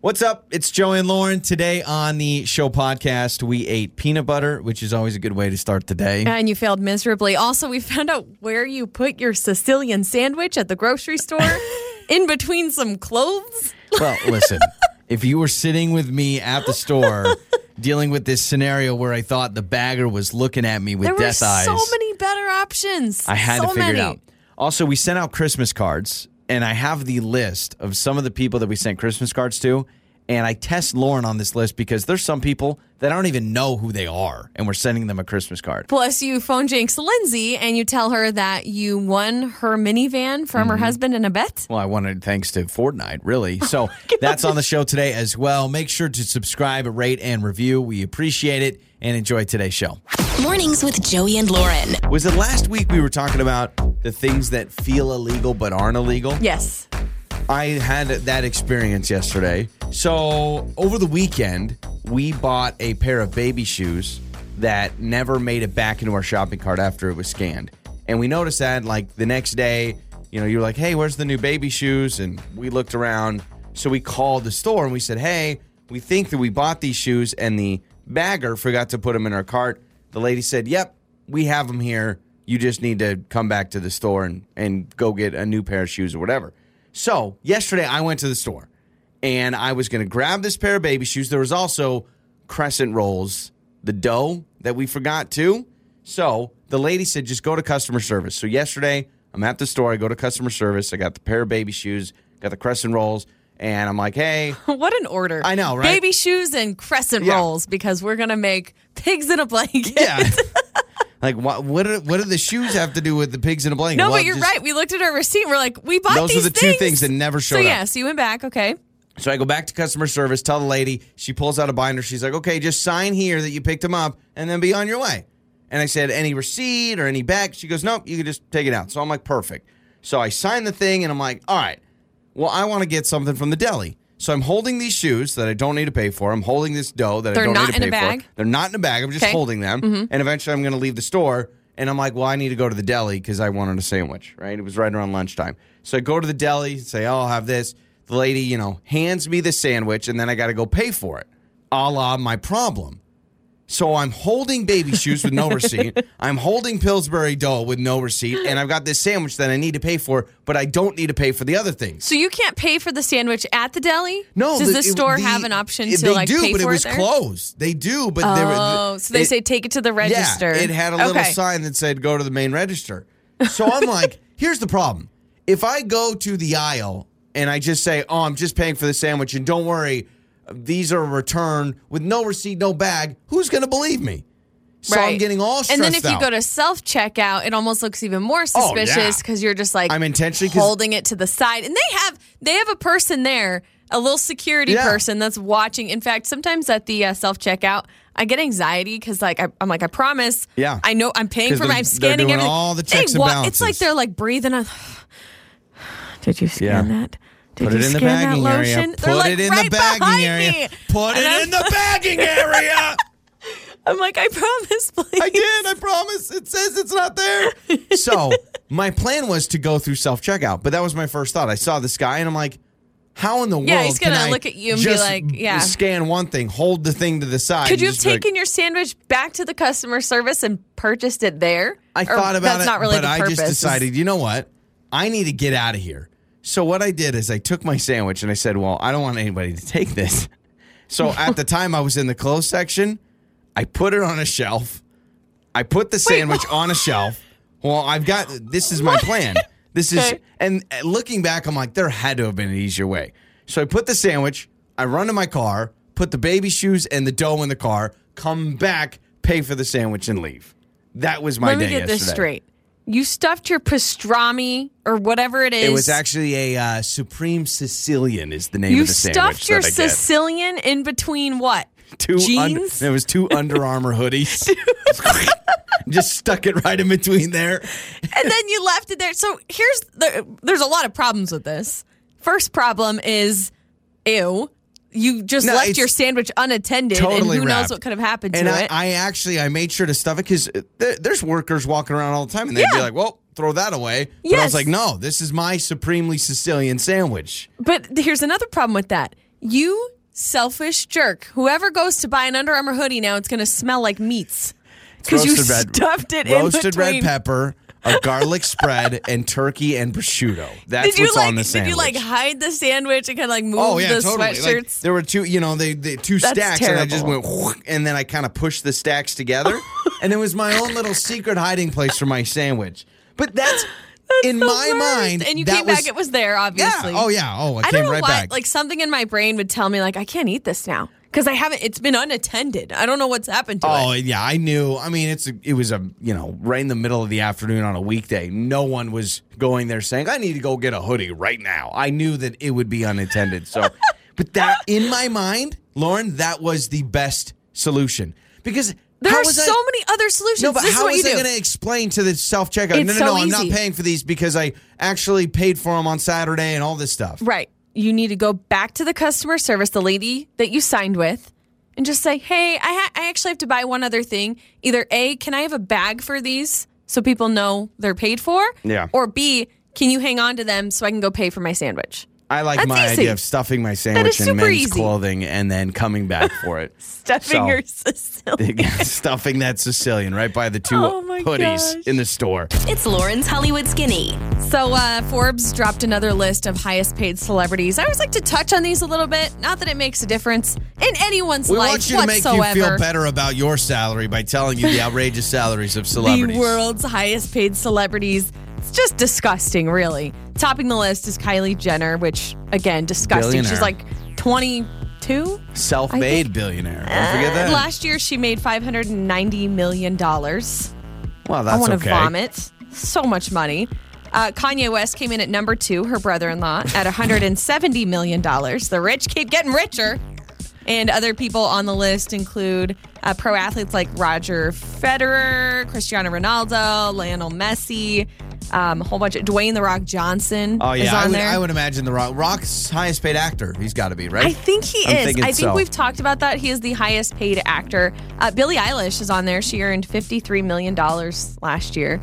What's up? It's Joe and Lauren. Today on the show podcast, we ate peanut butter, which is always a good way to start the day. And you failed miserably. Also, we found out where you put your Sicilian sandwich at the grocery store in between some clothes. Well, listen, if you were sitting with me at the store dealing with this scenario where I thought the bagger was looking at me with There were death so eyes, many better options. I had to so figure many. it out. Also, we sent out Christmas cards, and I have the list of some of the people that we sent Christmas cards to. And I test Lauren on this list because there's some people that I don't even know who they are, and we're sending them a Christmas card. Plus, you phone Jinx Lindsay and you tell her that you won her minivan from Mm-hmm. her husband in a bet. Well, I wanted thanks to Fortnite, really. So that's on the show today as well. Make sure to subscribe, rate, and review. We appreciate it and enjoy today's show. Mornings with Joey and Lauren. Was it last week we were talking about the things that feel illegal but aren't illegal? Yes. I had that experience yesterday. So over the weekend, we bought a pair of baby shoes that never made it back into our shopping cart after it was scanned. And we noticed that like the next day, you know, you were like, hey, where's the new baby shoes? And we looked around. So we called the store and we said, hey, we think that we bought these shoes and the bagger forgot to put them in our cart. The lady said, yep, we have them here. You just need to come back to the store and, and go get a new pair of shoes or whatever. So yesterday I went to the store and I was going to grab this pair of baby shoes. There was also crescent rolls, the dough that we forgot too. So the lady said, just go to customer service. So yesterday I'm at the store. I go to customer service. I got the pair of baby shoes, got the crescent rolls. And I'm like, hey, What an order. I know, right? Baby shoes and crescent Yeah. rolls because we're going to make pigs in a blanket. yeah. like, what, what, do, what do the shoes have to do with the pigs in a blanket? No, Well, but you're just- right. We looked at our receipt. We're like, we bought Those are these the two things that never So showed up. yeah, so you went back. Okay. So I go back to customer service, tell the lady, she pulls out a binder. She's like, okay, just sign here that you picked them up and then be on your way. And I said, any receipt or any back? She goes, nope, you can just take it out. So I'm like, perfect. So I sign the thing and I'm like, all right, well, I want to get something from the deli. So I'm holding these shoes that I don't need to pay for. I'm holding this dough that They're I don't not need to in pay a bag? for. They're not in a bag. I'm just Okay. Mm-hmm. holding them. And eventually I'm going to leave the store. And I'm like, well, I need to go to the deli because I wanted a sandwich, right? It was right around lunchtime. So I go to the deli, say, oh, I'll have this. The lady, you know, hands me the sandwich and then I got to go pay for it, a la my problem. So I'm holding baby shoes with no receipt. I'm holding Pillsbury dough with no receipt. And I've got this sandwich that I need to pay for, but I don't need to pay for the other things. So you can't pay for the sandwich at the deli? No, Does the, it- store the- have an option it- to they like do, pay but for it was there? closed. They do, but they were. Oh, so they it- say take it to the register. Yeah, it had a little Okay. sign that said go to the main register. So I'm like, here's the problem. If I go to the aisle and I just say, oh, I'm just paying for the sandwich, and don't worry, these are returned with no receipt, no bag, who's going to believe me? So I'm Right. getting all stressed And then if you out. Oh, go to self checkout, it almost looks even more suspicious yeah. because you're just like I'm intentionally 'cause- holding it to the side. And they have they have a person there, a little security Yeah. person that's watching. In fact, sometimes at the uh, self checkout, I get anxiety because like I, I'm like I promise, Yeah. I know I'm paying 'Cause for my they're- I'm they're scanning doing everything. all the They checks and It's like balances. they're like breathing on. Did you scan Yeah. that? Did Put you it in the scan that bagging lotion? area. They're Put like it in right the bagging behind area. me. Put it And I'm- in the bagging area. I'm like, I promise, please. I did. I promise. It says it's not there. So my plan was to go through self checkout, but that was my first thought. I saw this guy and I'm like, how in the Yeah, world? he's can gonna I look at you and be just like, yeah. Scan one thing, hold the thing to the side. Could you have just be like- taken your sandwich back to the customer service and purchased it there? I Or thought about that's it, not really but the I purpose. just decided, you know what? I need to get out of here. So what I did is I took my sandwich and I said, "Well, I don't want anybody to take this." So at the time I was in the clothes section, I put it on a shelf. I put the sandwich on a shelf. Well, I've got this is my plan. This is Okay. and uh, looking back, I'm like, there had to have been an easier way. So I put the sandwich, I run to my car, put the baby shoes and the dough in the car, come back, pay for the sandwich, and leave. That was my Let me day get yesterday. this straight. You stuffed your pastrami or whatever it is. It was actually a uh, Supreme Sicilian is the name you of the sandwich stuffed your that I get. Sicilian in between what? two under- jeans? there was two Under Armour hoodies. Just stuck it right in between there. and then you left it there. So here's the, there's a lot of problems with this. First problem is, ew, you just No, left it's your sandwich unattended, Totally and wrapped. who knows what could have happened and to I, it. I actually I made sure to stuff it because th- there's workers walking around all the time and they'd be Yeah. like, "Well, throw that away." But I Yes. was like, "No, this is my supremely Sicilian sandwich." But here's another problem with that. You selfish jerk. Whoever goes to buy an Under Armour hoodie now, it's going to smell like meats because you roasted red- stuffed it in roasted red between. pepper, a garlic spread, and turkey and prosciutto. That's Did you what's like? on the did sandwich. you like hide the sandwich and kind of like move Oh yeah, the totally. Like, sweatshirts? there were two, you know, they, they two That's stacks, and I just terrible. went, whoosh, and then I kind of pushed the stacks together, and it was my own little secret hiding place for my sandwich. But that's, in The my worst. mind, and you that came was, back. It was there, yeah, obviously. oh yeah, oh I, I came don't know right why. back. Like something in my brain would tell me, like I can't eat this now because I haven't. It's been unattended. I don't know what's happened to Oh it. yeah, I knew. I mean, it's a, it was a you know right in the middle of the afternoon on a weekday. No one was going there saying, "I need to go get a hoodie right now." I knew that it would be unattended. So, but that in my mind, Lauren, that was the best solution because There how are was I- so many other solutions. No, but this is how what was you I do. going to explain to the self checkout? No, no, It's no. so I'm not easy. paying for these because I actually paid for them on Saturday and all this stuff. Right. You need to go back to the customer service, the lady that you signed with, and just say, hey, I, ha- I actually have to buy one other thing. Either A, can I have a bag for these so people know they're paid for? Yeah. Or B, can you hang on to them so I can go pay for my sandwich? I like That's my easy. idea of stuffing my sandwich in super men's easy. clothing and then coming back for it. Stuffing So- your Sicilian. stuffing that Sicilian right by the two Oh my hoodies gosh. in the store. It's Lauren's Hollywood Skinny. So uh, Forbes dropped another list of highest paid celebrities. I always like to touch on these a little bit. Not that it makes a difference in anyone's We life want you to make whatsoever. you feel better about your salary by telling you the outrageous salaries of celebrities. The world's highest paid celebrities. It's just disgusting, really. Topping the list is Kylie Jenner, which, again, disgusting. Billionaire. She's like 22. Self-made billionaire. Don't forget that. uh, Last year, she made $590 million. I well, that's want to okay. vomit. So much money. Uh, Kanye West came in at number two, her brother in law, at $170 million. The rich keep getting richer. And other people on the list include uh, pro athletes like Roger Federer, Cristiano Ronaldo, Lionel Messi, um, a whole bunch of Dwayne the Rock Johnson Oh is yeah, on I would, there. I would imagine the Rock. Rock's highest-paid actor. He's got to be right. I think he I'm is. thinking I think so. we've talked about that. He is the highest paid actor. Uh, Billie Eilish is on there. She earned $53 million last year.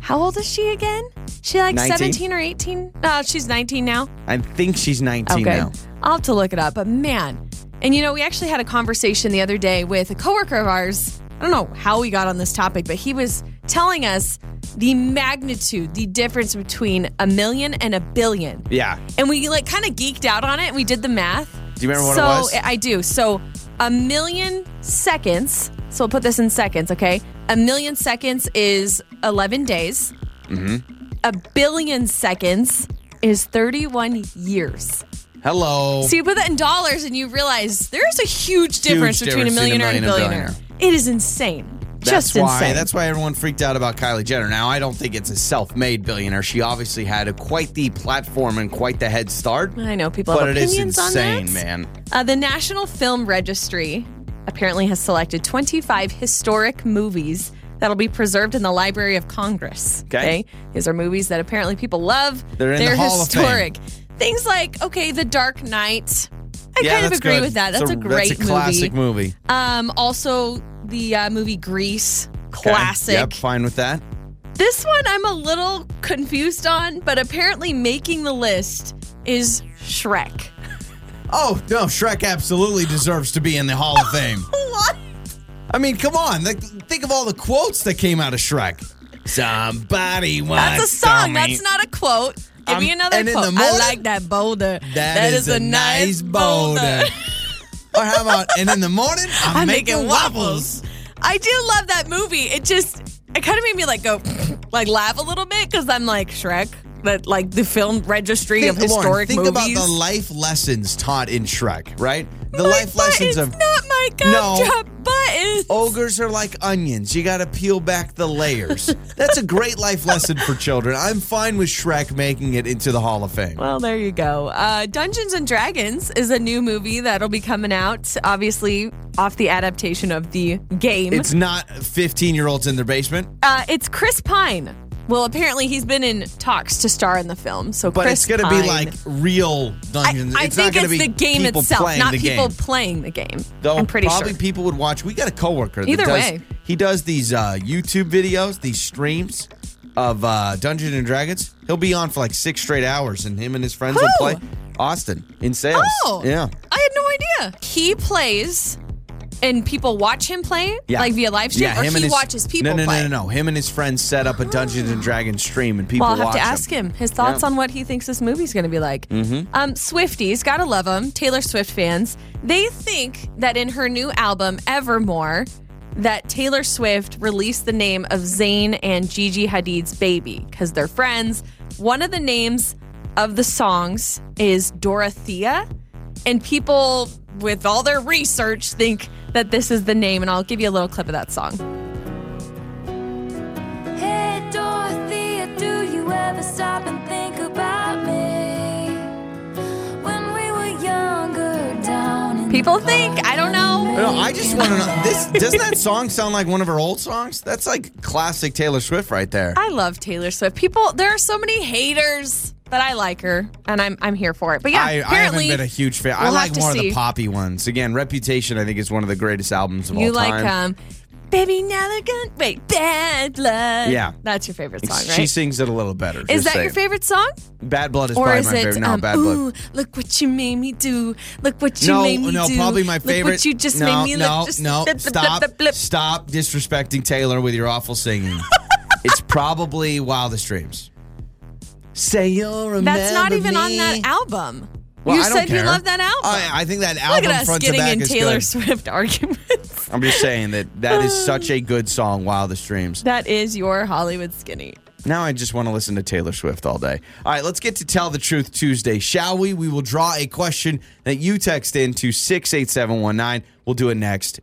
How old is she again? She like 19? 17 or 18? Uh, she's 19 now. I think she's 19 Okay. now. I'll have to look it up, but man. And you know, we actually had a conversation the other day with a coworker of ours. I don't know how we got on this topic, but he was telling us the magnitude, the difference between a million and a billion. Yeah. And we like kind of geeked out on it and we did the math. Do you remember what it so, was? I do. So a million seconds. So we'll put this in seconds, okay? A million seconds is 11 days. Mm-hmm. A billion seconds is 31 years. Hello. So you put that in dollars and you realize there's a huge difference between a difference between a millionaire and a millionaire billionaire. and It is insane. That's Just why. insane. That's why everyone freaked out about Kylie Jenner. Now, I don't think it's a self-made billionaire. She obviously had a, quite the platform and quite the head start. I know people But have it is opinions on insane, that. man. Uh, the National Film Registry apparently has selected 25 historic movies that'll be preserved in the Library of Congress. Okay. These are movies that apparently people love. They're in the Hall of Fame. historic. Things like, okay, The Dark Knight. I yeah, kind of that's agree good. with that. It's That's a, great that's a classic movie. movie. Um, also, the uh, movie Grease. Okay. Classic. Yep, fine with that. This one I'm a little confused on, but apparently making the list is Shrek. Oh no, Shrek absolutely deserves to be in the Hall of Fame. What? I mean, come on, like, think of all the quotes that came out of Shrek. Somebody wants That's a song. some That's meat. not a quote. Give Um, me another and in quote. the I morning- like that boulder. that is, a nice boulder. or how about and in the morning I'm, I'm making, making waffles. I do love that movie. It just it kind of made me like go like laugh a little bit because I'm like Shrek, that like the film registry of Lauren, historic think about movies. the life lessons taught in Shrek, right? The My life lessons buttons, of not my gum No. Oh. drop buttons. ogres are like onions. You got to peel back the layers. That's a great life lesson for children. I'm fine with Shrek making it into the Hall of Fame. Well, there you go. Uh, Dungeons and Dragons is a new movie that'll be coming out, obviously off the adaptation of the game. It's not 15 year olds in their basement, uh, it's Chris Pine. Well, apparently he's been in talks to star in the film. So, but it's Chris going to be Pine- like real dungeons. I, I it's think not gonna it's be the game people itself, playing not the people game. playing the game. Though I'm pretty probably sure. people would watch. We got a coworker. that Either does, way. he does these uh, YouTube videos, these streams of uh, Dungeons and Dragons. He'll be on for like six straight hours, and him and his friends will play. Who? Austin in sales. Oh, yeah. I had no idea. He plays, and people watch him play, Yeah. like via live stream, Yeah, or him he and his- watches people No, no, play. no, no, no. Him and his friends set up a Dungeons and Dragons stream, and people Well, I'll have watch to ask him. him his thoughts Yeah. Mm-hmm. on what he thinks this movie's going to be like. Um, Swifties, gotta love them. Taylor Swift fans, they think that in her new album Evermore, that Taylor Swift released the name of Zayn and Gigi Hadid's baby because they're friends. One of the names of the songs is Dorothea, and people with all their research think that this is the name. And I'll give you a little clip of that song. Hey Dorothea, do you ever stop and think about me? When we were younger, down in People think I don't know. No, I just want to know. This doesn't that song sound like one of her old songs? That's like classic Taylor Swift right there. I love Taylor Swift. People, there are so many haters that I like her, and I'm I'm here for it. But yeah, I, I haven't apparently been a huge fan. I we'll have like to more of see. the poppy ones. Again, Reputation, I think, is one of the greatest albums of you all time. like um, baby now they're gonna wait bad blood. Yeah. that's your favorite song, She right? sings it a little better. just Is that your saying. favorite song, Bad Blood is or probably is my it favorite. No, um, Bad ooh, Blood. look what you made me do, look what you No, made me no, do, probably my favorite. Look what you just no, made me no, look, just no. blip, blip, stop, blip, blip. stop disrespecting Taylor with your awful singing. it's probably Wildest Dreams. Say you'll remember That's not even on me. that album. Well, you I don't said you care. love that album. I, I think that look album at us front to getting back in is Taylor good. Swift arguments. I'm just saying that that is such a good song, Wildest Dreams. That is your Hollywood skinny. Now I just want to listen to Taylor Swift all day. All right, let's get to Tell the Truth Tuesday, shall we? We will draw a question that you text in to 68719. We'll do it next.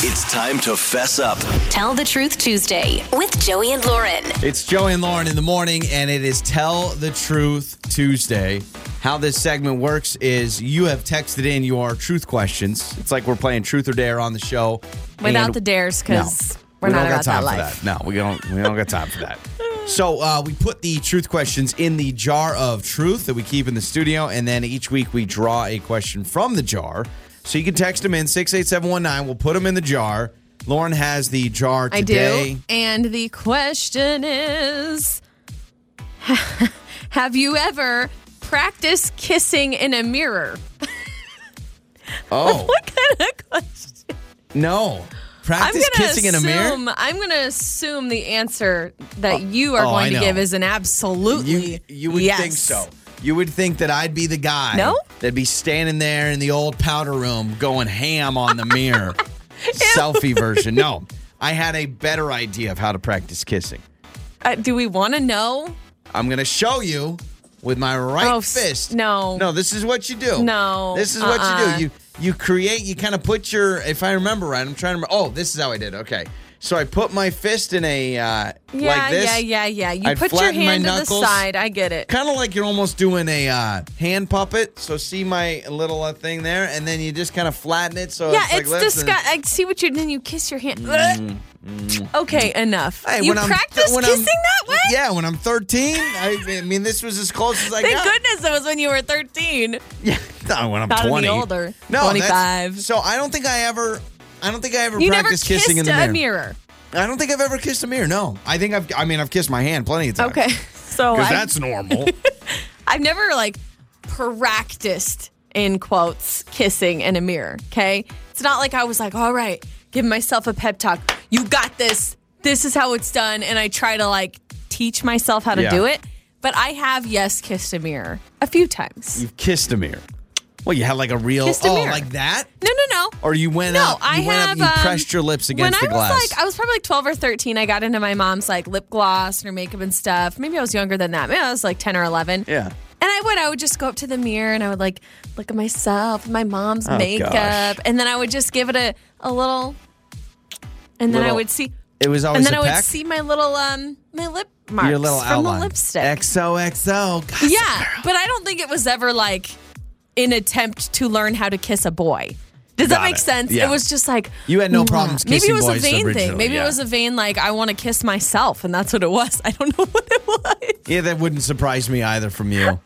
It's time to fess up. Tell the Truth Tuesday with Joey and Lauren. It's Joey and Lauren in the morning, and it is Tell the Truth Tuesday. How this segment works is you have texted in your truth questions. It's like we're playing Truth or Dare on the show. Without And- the dares, because No. we're We not don't got about time that life. for that. No, we don't. We don't got time for that. So uh, we put the truth questions in the jar of truth that we keep in the studio, and then each week we draw a question from the jar. So you can text them in six eight seven one nine. We'll put them in the jar. Lauren has the jar I today. do. And the question is Have you ever practiced kissing in a mirror? Oh What kind of question? no! I'm Practice gonna kissing in a assume, mirror. I'm going to assume the answer that you are oh, I going to know. give is an absolutely You you would yes. think so. You would think that I'd be the guy. No? that'd be standing there in the old powder room going ham on the mirror, selfie version. No, I had a better idea of how to practice kissing. Uh, do we want to know? I'm gonna show you with my right Oh, s- fist. no. no, this is what you do. No, this is what you uh-uh. do. You you create. You kind of put your. If I remember right, I'm trying to. remember. Oh, this is how I did. it. Okay, so I put my fist in a uh, Yeah, like this. yeah, yeah, yeah. You I'd put your flatten my hand to the knuckles. side. I get it. kind of like you're almost doing a uh, hand puppet. So see my little uh, thing there, and then you just kind of flatten it. So Yeah, it's, like it's, less than- disgusting. I see what you then you kiss your hand. Okay, enough. mm. Hey, you when I'm- practice when I'm- kissing that way? Yeah, when I'm 13, I, I mean this was as close as I Thank got. goodness it was when you were 13. Yeah, no, when I'm Gotta be 20, older. no, that's- 25. So I don't think I ever. I don't think I ever You never practiced kissed kissing in the mirror. a mirror. I don't think I've ever kissed a mirror. No, I think I've. I mean, I've kissed my hand plenty of times. Okay, so because I've, that's normal. I've never like practiced in quotes kissing in a mirror. Okay, it's not like I was like, all right, give myself a pep talk. You got this. This is how it's done, and I try to like teach myself how to Yeah. do it. But I have yes kissed a mirror a few times. You've kissed a mirror. Well, you had like a real. Kissed a oh, mirror. like that. No, no, no. Or you went no, up. You I went have. up. and You um, pressed your lips against when the I glass. was like, I was probably like twelve or thirteen. I got into my mom's like lip gloss and her makeup and stuff. Maybe I was younger than that. Maybe I was like ten or eleven. yeah. And I would, I would just go up to the mirror and I would like look at myself, my mom's Oh, makeup, gosh. and then I would just give it a, a little, and then I Little- would see, It was always and then a I would peck. see my little um my lip marks your little from outline. the lipstick. XOXO. Gossip yeah, Girl. but I don't think it was ever like an attempt to learn how to kiss a boy. Does that Got make it. sense? Yeah. It was just like You had no mwah. problems Maybe kissing it was a boys vain originally, thing. Maybe yeah. it was a vain like I want to kiss myself, and that's what it was. I don't know what it was. Yeah, that wouldn't surprise me either from you.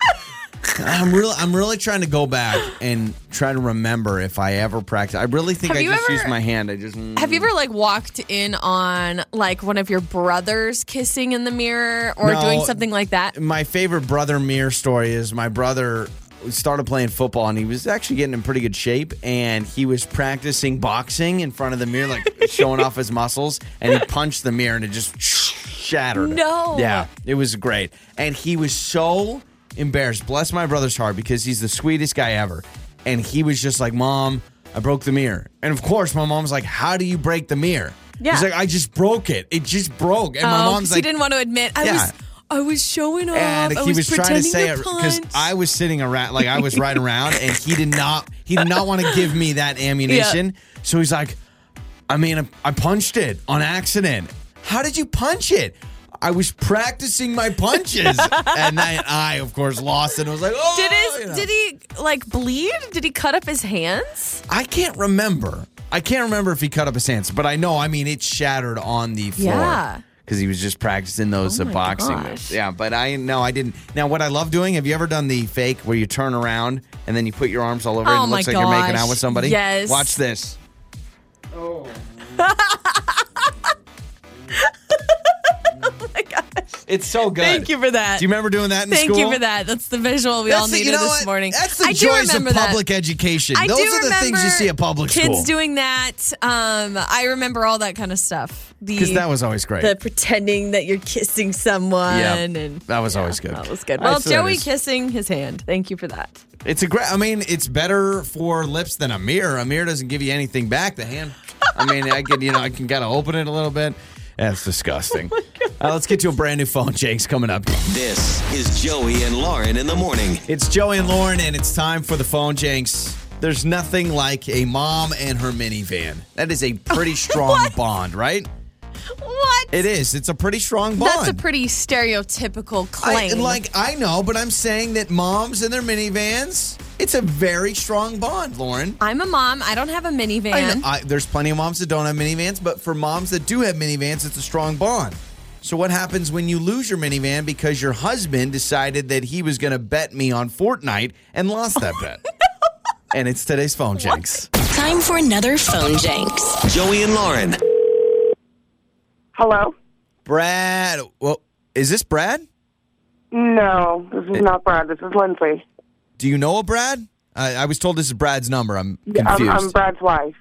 I'm really, I'm really trying to go back and try to remember if I ever practiced. I really think Have I you just ever- used my hand. I just mm. Have you ever like walked in on like one of your brothers kissing in the mirror or No. doing something like that? my favorite brother mirror story is my brother started playing football and he was actually getting in pretty good shape and he was practicing boxing in front of the mirror like showing off his muscles and he punched the mirror and it just shattered it. No. yeah it was great and he was so embarrassed bless my brother's heart because he's the sweetest guy ever and he was just like mom i broke the mirror and of course my mom's like how do you break the mirror Yeah. he's like i just broke it it just broke and my Oh, 'cause mom's he like didn't want to admit. I Yeah. was I was showing off. and I he was, trying to pretending say it because punch. I was sitting around, like I was riding around, and he did not, he did not want to give me that ammunition. So he's like, I mean, I punched it on accident. How did you punch it? I was practicing my punches, and then I, of course, lost it. I was like, oh, Did his, you know. did he like bleed? Did he cut up his hands? I can't remember. I can't remember if he cut up his hands, but I know. I mean, it shattered on the floor. Yeah. Because he was just practicing those Oh uh, my boxing gosh. moves. Yeah, but I no, I didn't. Now, what I love doing? Have you ever done the fake where you turn around and then you put your arms all over it Oh and it looks my like you're making gosh. out with somebody? Yes. Watch this. Oh my gosh. It's so good. Thank you for that. Do you remember doing that in Thank school? you for that. That's the visual we That's all the- needed you know this what? morning. That's the I do joys of remember that. public education. I Those do are the things you remember see at public kids school. doing that. Um, I remember all that kind of stuff. Because The that was always great. the pretending that you're kissing someone Yeah. and That was always good. That was good. I Well, still- it Joey is- kissing his hand. Thank you for that. It's a great. I mean, it's better for lips than a mirror. A mirror doesn't give you anything back. The hand. I mean, I can you know I can kind of open it a little bit. That's disgusting. Oh Uh, let's get to a brand new phone. Jake's coming up. This is Joey and Lauren in the morning. It's Joey and Lauren, and it's time for the phone janks. There's nothing like a mom and her minivan. That is a pretty strong bond, right? What? It is. It's a pretty strong bond. That's a pretty stereotypical I, claim. like I know, but I'm saying that moms and their minivans. It's a very strong bond, Lauren. I'm a mom. I don't have a minivan. I know- I- there's plenty of moms that don't have minivans, but for moms that do have minivans, it's a strong bond. So what happens when you lose your minivan because your husband decided that he was going to bet me on Fortnite and lost that bet? And it's today's phone jinx. Time for another phone janks. Joey and Lauren. Hello? Brad, well, is this Brad? No, this is not Brad. This is Lindsay. Do you know a Brad? I, I was told this is Brad's number. I'm confused. I'm, I'm Brad's wife.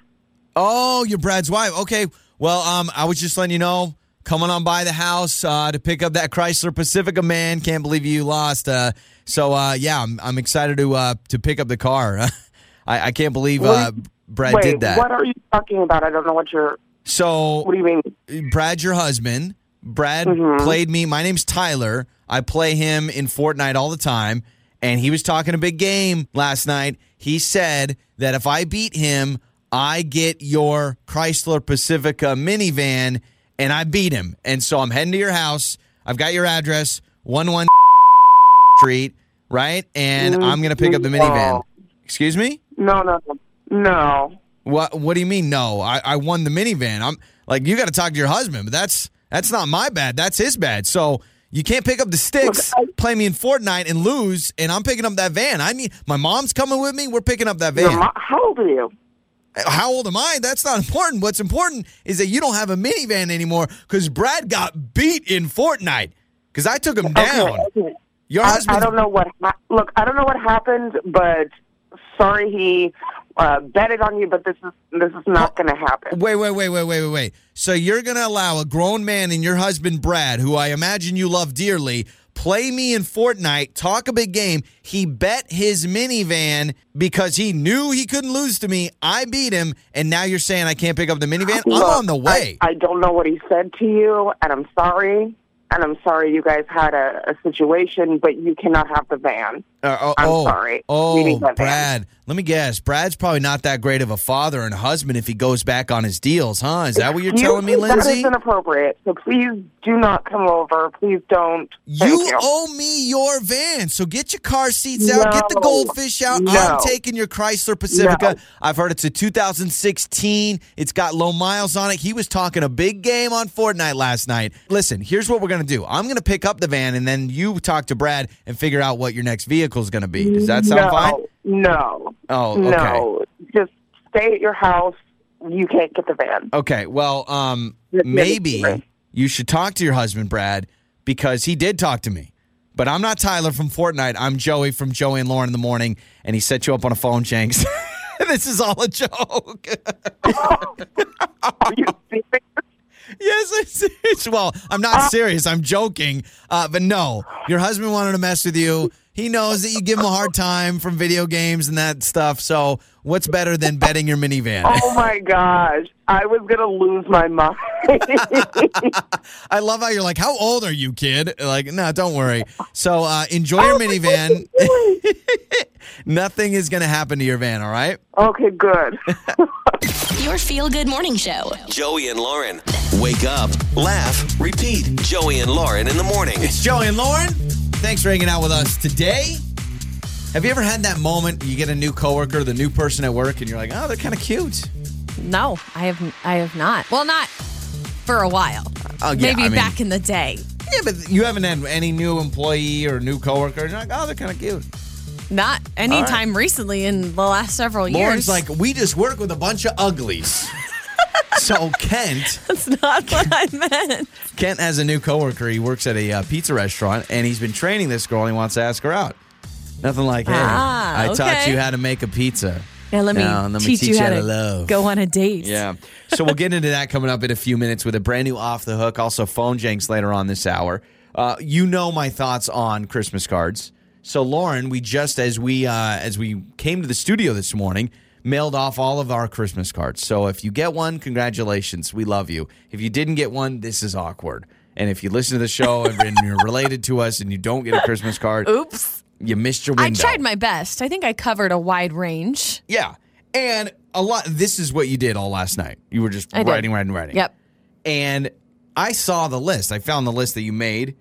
Oh, you're Brad's wife. Okay. Well, um, I was just letting you know, coming on by the house uh, to pick up that Chrysler Pacifica, man. Can't believe you lost. Uh, so uh, yeah, I'm, I'm excited to uh, to pick up the car. I, I can't believe uh, Brad Wait, did that. what are you talking about? I don't know what you're. so What do you mean? Brad, your husband. Brad played me. My name's Tyler. I play him in Fortnite all the time. And he was talking a big game last night. He said that if I beat him, I get your Chrysler Pacifica minivan. And I beat him. And so I'm heading to your house. I've got your address, 11 Street, right? And I'm going to pick up the minivan. No. Excuse me? No, no, no. no. What What do you mean? No, I, I won the minivan. I'm like, you got to talk to your husband, but that's that's not my bad. That's his bad. So you can't pick up the sticks, Look, I- play me in Fortnite, and lose. And I'm picking up that van. I need my mom's coming with me. We're picking up that Your van. mo- how old are you? How old am I? That's not important. What's important is that you don't have a minivan anymore because Brad got beat in Fortnite because I took him down. Okay. Your I, I husband. don't know what. Ha- look, I don't know what happened, but sorry he uh, betted on you. But this is this is not going to happen. Wait, wait, wait, wait, wait, wait, wait. So you're going to allow a grown man and your husband Brad, who I imagine you love dearly, play me in Fortnite, talk a big game. He bet his minivan because he knew he couldn't lose to me. I beat him, and now you're saying I can't pick up the minivan? I'm Look, on the way. I, I don't know what he said to you, and I'm sorry. And I'm sorry you guys had a, a situation, but you cannot have the van. Uh, oh, I'm oh, sorry. We Oh, need that van. Brad. Let me guess. Brad's probably not that great of a father and husband if he goes back on his deals, huh? Is that what you're You- telling me, That Lindsay? is inappropriate. So please do not come over. Please don't. Thank You owe me your van. So get your car seats out, get the No. goldfish out. No. I'm taking your Chrysler Pacifica. I've heard it's a 2016. It's got low miles on it. He was talking a big game on Fortnite last night. Listen, here's what we're going to do. I'm going to pick up the van and then you talk to Brad and figure out what your next vehicle is going to be. Does that sound no, fine? No. Oh, No. Just stay at your house. You can't get the van. Okay, well, um, Yeah, yeah, maybe right. you should talk to your husband, Brad, because he did talk to me. But I'm not Tyler from Fortnite. I'm Joey from Joey and Lauren in the morning, and he set you up on a phone, Jenks. this is all a joke. Are you serious? yes, it's, it's well. I'm Uh, not serious. I'm joking. Uh, but no, your husband wanted to mess with you. He knows that you give him a hard time from video games and that stuff. So what's better than betting your minivan? Oh my gosh. I was going to lose my mind. I love how you're like, how old are you, kid? Like, no, don't worry. So uh, enjoy your minivan. Nothing is going to happen to your van, all right? okay, good. Your Feel Good Morning Show. Joey and Lauren. Wake up, laugh, repeat. Joey and Lauren in the morning. It's Joey and Lauren. Thanks for hanging out with us today. Have you ever had that moment you get a new coworker, the new person at work, and you're like, oh, they're kind of cute? No, I have I have not. Well, not for a while. Oh, yeah, Maybe I mean- back in the day. Yeah, but you haven't had any new employee or new coworker. And you're like, oh, they're kind of cute. Not anytime recently in the last several Lauren's years. like, we just work with a bunch of uglies. so Kent that's not what I meant. Kent has a new coworker. He works at a uh, pizza restaurant, and he's been training this girl. and He wants to ask her out. Nothing like, hey, Ah, I taught okay. you how to make a pizza. Now let me, Now, let teach, you how, to love. go on a date. Yeah. So we'll get into that coming up in a few minutes with a brand new off the hook. Also, phone janks later on this hour. Uh, you know my thoughts on Christmas cards. So Lauren, we just as we uh, as we came to the studio this morning, mailed off all of our Christmas cards. So if you get one, congratulations, we love you. If you didn't get one, this is awkward. And if you listen to the show and you're related to us and you don't get a Christmas card, Oops. you missed your I window. tried my best. I think I covered a wide range. Yeah. And a lot this is what you did all last night. You were just I did. writing, writing, writing. Yep. And I saw the list. I found the list that you made.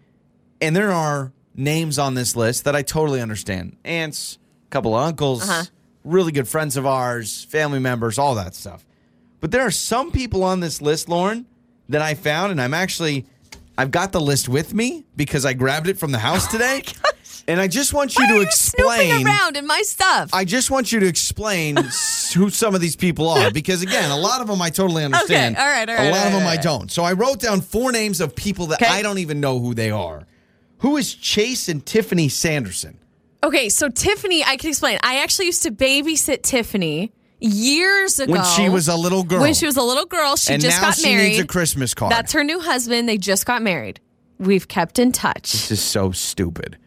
And there are names on this list that I totally understand. Aunts, couple of uncles, Uh-huh. really good friends of ours, family members, all that stuff. But there are some people on this list, Lauren, that I found, and I'm actually I've got the list with me because I grabbed it from the house today. and I just want you Oh Why to are you explain snooping around in my stuff. I just want you to explain s- who some of these people are because again, a lot of them I totally understand. all right, all right, A lot all of right, them all I right. don't. So I wrote down four names of people that Okay. I don't even know who they are. Who is Chase and Tiffany Sanderson? okay, so Tiffany, I can explain. I actually used to babysit Tiffany years ago When she was a little girl. When she was a little girl, she and just now got she married. needs a Christmas card. That's her new husband. They just got married. We've kept in touch. This is so stupid.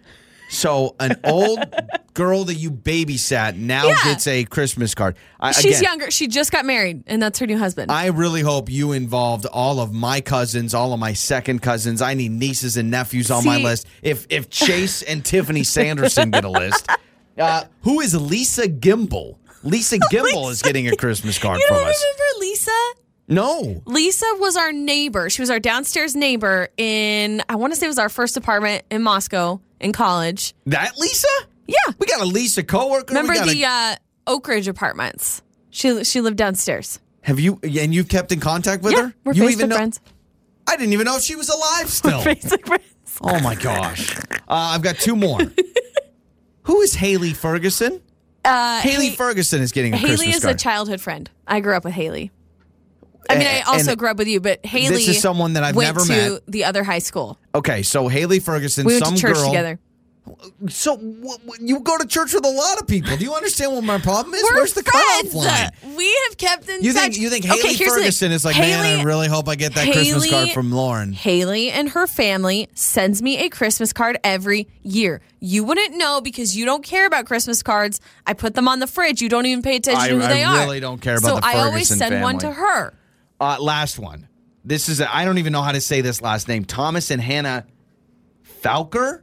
So an old girl that you babysat now Yeah. gets a Christmas card. I, She's again, younger. She just got married, and that's her new husband. I really hope you involved all of my cousins, all of my second cousins. I need nieces and nephews on my See- list. If if Chase and Tiffany Sanderson get a list, uh, who is Lisa Gimble? Lisa Gimble is getting a Christmas card you from don't us. remember Lisa? No, Lisa was our neighbor. She was our downstairs neighbor in, I want to say it was our first apartment in Moscow in college. that Lisa? Yeah. we got a Lisa coworker. We Remember got the a- uh, Oak Ridge apartments? She she lived downstairs. have you and you've kept in contact with yeah, her? we're you Facebook know- friends. I didn't even know if she was alive still. Facebook friends. oh my gosh! Uh, I've got two more. who is Haley Ferguson? Uh, Haley Ha- Ferguson is getting a Haley Christmas is card. a childhood friend. I grew up with Haley. I mean, I And- also and grew up with you, but Haley is someone that I've went never to met. the other high school. Okay, so Haley Ferguson, We went some to church girl. together. So wh- wh- you go to church with a lot of people. Do you understand what my problem is? We're Where's the friends. cutoff line? We have kept in You touch. think you think Okay, Haley here's the thing. Ferguson is like, man, I Haley- really hope I get that Christmas Haley- card from Lauren. Haley and her family sends me a Christmas card every year. You wouldn't know because you don't care about Christmas cards. I put them on the fridge. You don't even pay attention I- to who I they are. really don't care about so the I always Ferguson send one to family. her. Uh, last one. This is I I don't even know how to say this last name. Thomas and Hannah Falker.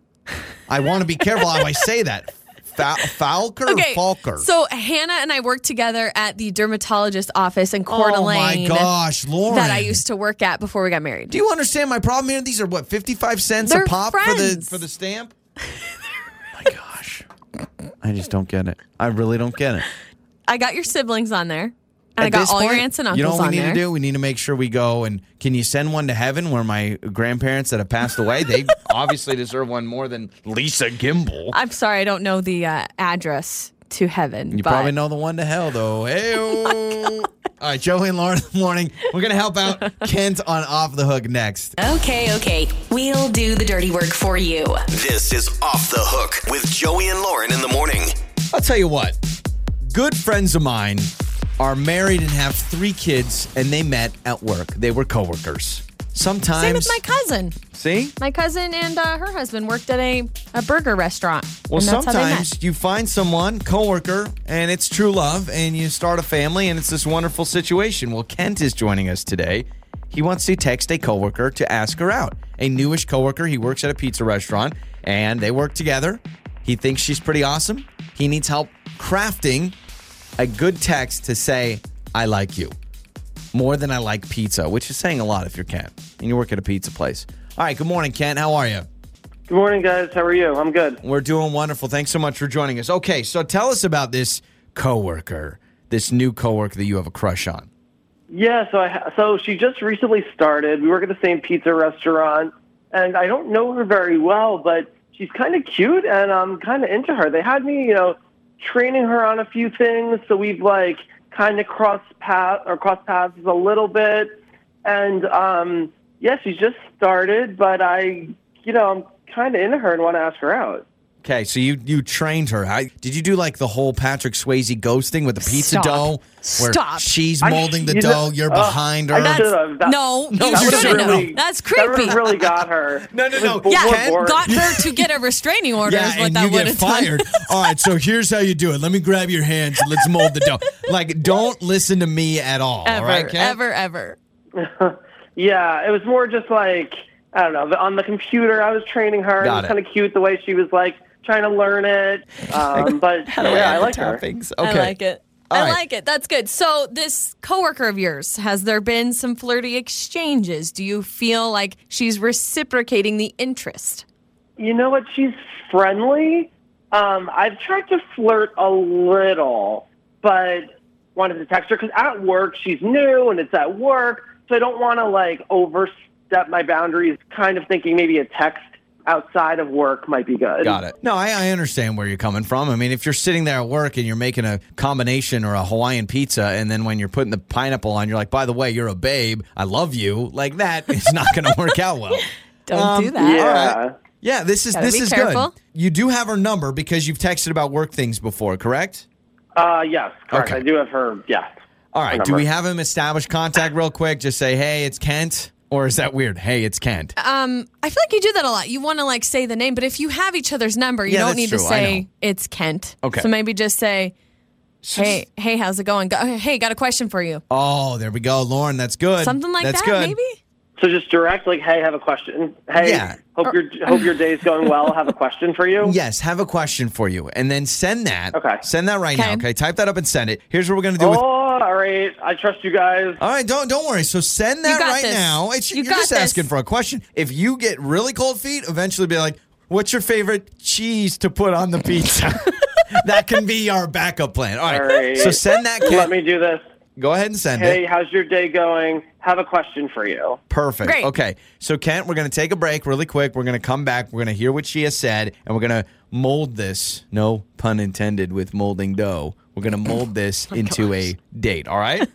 I want to be careful how I say that. Fa- Falker, or Okay. Falker. So Hannah and I worked together at the dermatologist office in Coeur oh my d'Alene gosh, Lauren! that I used to work at before we got married. Do you understand my problem here? These are what fifty five cents They're a pop for the friends. for the stamp. my gosh, I just don't get it. I really don't get it. I got your siblings on there. And I At got this all your point, aunts and uncles You know what we on need there. to do? We need to make sure we go and can you send one to heaven where my grandparents that have passed away? They obviously deserve one more than Lisa Gimble. I'm sorry, I don't know the uh, address to heaven. You but Oh probably know the one to hell though. Hey, All right, Joey and Lauren in the morning. We're going to help out Kent on Off the Hook next. Okay, okay. We'll do the dirty work for you. This is Off the Hook with Joey and Lauren in the morning. I'll tell you what. Good friends of mine are married and have three kids, and they met at work. They were coworkers. Sometimes, Same with my cousin. see, My cousin and uh, her husband worked at a, a burger restaurant. well, and that's how they met. sometimes you find someone coworker, and it's true love, and you start a family, and it's this wonderful situation. Well, Kent is joining us today. He wants to text a coworker to ask her out. A newish coworker. He works at a pizza restaurant, and they work together. He thinks she's pretty awesome. He needs help crafting a good text to say, "I like you." more than I like pizza, which is saying a lot if you're Kent and you work at a pizza place. All right, good morning, Kent. How are you? Good morning, guys. How are you? I'm good. We're doing wonderful. Thanks so much for joining us. Okay, so tell us about this coworker, this new coworker that you have a crush on. Yeah, so I ha- so she just recently started. We work at the same pizza restaurant, and I don't know her very well, but she's kind of cute, and I'm kind of into her. They had me, you know, training her on a few things, so we've like kind of crossed path or crossed paths a little bit, and um, yeah, she's just started, but I, you know, I'm kind of into her and want to ask her out. Okay, so you you trained her. How, did you do like the whole Patrick Swayze ghost thing with the pizza Stop. dough, where Stop. she's I- molding the you dough, know- you're Uh, oh, behind her? I That's- should've. That- no, No, you you shouldn't should've. have. really- That's That creepy. would've really got her. No, no, It was no. bo- yeah, more Ken boring. got her to get a restraining order is yeah, what and that you would get have done. fired. All right, so here's how you do it. Let me grab your hands and let's mold the dough. Like, don't listen to me at all. Ever, all right, Kent? ever, ever. Yeah, it was more just like I don't know. but On the computer, I was training Got her. it was it. kind of cute the way she was like trying to learn it. Um, but yeah, I like her. Toppings. I like it. All I right. like it. That's good. So, this coworker of yours, has there been some flirty exchanges? Do you feel like she's reciprocating the interest? You know what? She's friendly. Um, I've tried to flirt a little, but wanted to text her because at work she's new and it's at work, so I don't want to like overstep my boundaries. Kind of thinking maybe a text outside of work might be good. Got it. No, I, I understand where you're coming from. I mean, if you're sitting there at work and you're making a combination or a Hawaiian pizza, and then when you're putting the pineapple on, you're like, by the way, you're a babe. I love you. Like that is not going to work out well. Don't Um, do that. Yeah. All right. Yeah, this is Gotta this be is careful. good. You do have her number because you've texted about work things before, correct? Uh, yes, correct. Okay. I do have her. Yeah. All right. Her Do we number. have him establish contact real quick? Just say, hey, it's Kent, or is that weird? Hey, it's Kent. Um, I feel like you do that a lot. You want to like say the name, but if you have each other's number, you Yeah, don't that's need to true. I know. say it's Kent. Okay. So maybe just say, "Hey, hey, how's it going? Go, hey, got a question for you." Oh, there we go, Lauren. That's good. Something like that's that, good. maybe. So just direct, like, hey, have a question. Hey, Yeah. hope your hope your day's going well. Have a question for you. Yes, have a question for you, and then send that. Okay. Send that right now. Okay. Okay, type that up and send it. Here's what we're gonna do. Oh, With- Uh, all right. I trust you guys. All right, don't don't worry. So send that got right this. now. It's, You are got just this. asking for a question. If you get really cold feet, eventually be like, "What's your favorite cheese to put on the pizza?" that can be our backup plan. All right. All right. So send that. Let Kat. me do this. Go ahead and send it. Hey, how's your day going? Have a question for you. Perfect. Great. Okay. So, Kent, we're going to take a break really quick. We're going to come back. We're going to hear what she has said, and we're going to mold this, no pun intended, with molding dough. We're going to mold this into a date. All right?